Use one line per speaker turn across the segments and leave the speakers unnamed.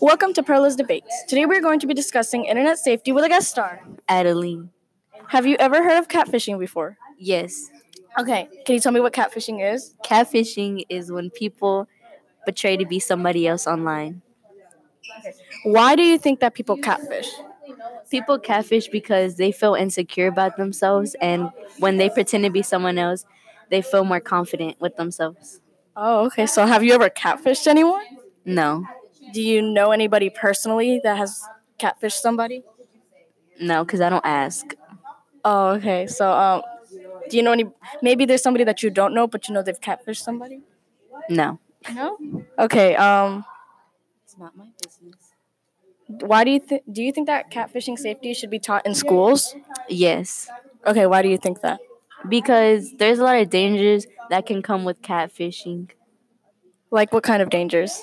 Welcome to Perla's Debates. Today we are going to be discussing internet safety with a guest star.
Adeline.
Have you ever heard of catfishing before?
Yes.
Okay, can you tell me what catfishing is?
Catfishing is when people betray to be somebody else online.
Why do you think that people catfish?
People catfish because they feel insecure about themselves, and when they pretend to be someone else, they feel more confident with themselves.
Oh, okay. So have you ever catfished anyone?
No,
Do you know anybody personally that has catfished somebody?
no, because I don't ask.
Oh, okay. So um do you know any maybe there's somebody that you don't know but you know they've catfished somebody?
No.
No? Okay, um
It's not my business.
why do you think do you think that catfishing safety should be taught in schools?
Yes,
Okay, why do you think that?
because there's a lot of dangers that can come with catfishing.
Like what kind of dangers?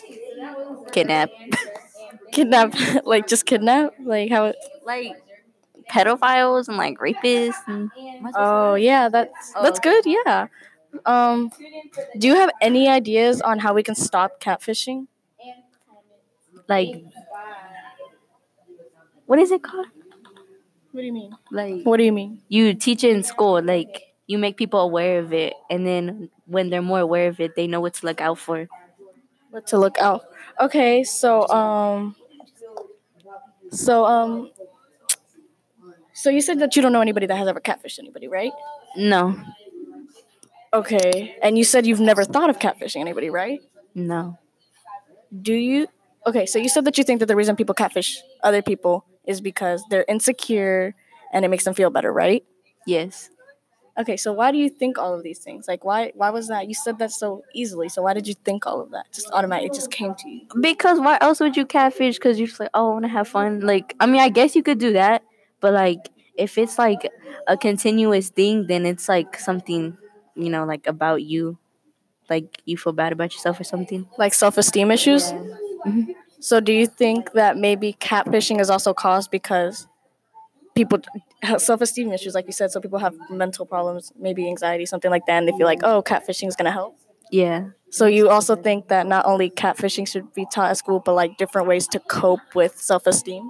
Kidnap.
Kidnap, like just kidnap, like how?
like pedophiles and like rapists and
Oh yeah, that's that's
Oh.
good. Yeah. Um, do you have any ideas on how we can stop catfishing?
like what is it called?
What do you mean?
Like
What do you mean?
you teach it in school, like you make people aware of it, and then when they're more aware of it, they know what to look out for.
What to look out? Okay, so um, so um, so you said that you don't know anybody that has ever catfished anybody, right?
No,
Okay, and you said you've never thought of catfishing anybody, right?
no,
Do you? Okay, so you said that you think that the reason people catfish other people is because they're insecure and it makes them feel better, right?
yes,
Okay, so why do you think all of these things? Like, why why was that? You said that so easily. So why did you think all of that? Just automatic. It just came to you.
because why else would you catfish? Because you're just like, oh, I want to have fun. Like, I mean, I guess you could do that, but like if it's like a continuous thing, then it's like something, you know, like about you, like you feel bad about yourself or something.
Like self esteem issues. So do you think that maybe catfishing is also caused because people have self esteem issues, like you said? So people have mental problems, maybe anxiety, something like that, and they feel like, oh, catfishing is gonna help.
Yeah.
So you also think that not only catfishing should be taught at school, but like different ways to cope with self esteem.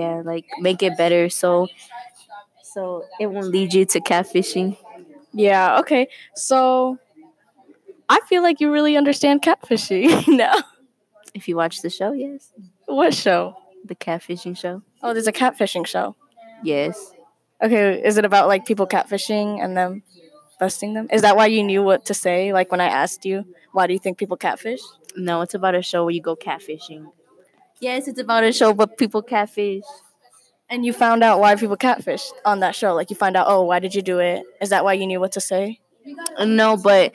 yeah like make it better so so it won't lead you to catfishing
Yeah. Okay. So I feel like you really understand catfishing now.
if you watch the show yes
What show?
the catfishing show
Oh, there's a catfishing show.
yes
Okay, is it about like people catfishing and them busting them? Is that why you knew what to say? Like when I asked you, why do you think people catfish?
no it's about a show where you go catfishing yes it's about a show but people catfish
And you found out why people catfish on that show. Like you find out, oh, why did you do it? Is that why you knew what to say?
no but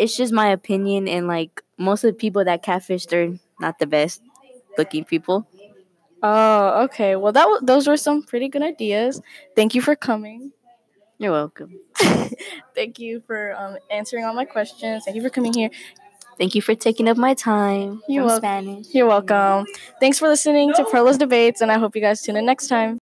it's just my opinion and like most of the people that catfish they're not the best looking people
Oh, okay. Well, that w- those were some pretty good ideas. Thank you for coming.
you're welcome
Thank you for um, answering all my questions. Thank you for coming here.
thank you for taking up my time
You're
from
welcome.
spanish
You're welcome. Thanks for listening to Perla's Debates, and I hope you guys tune in next time.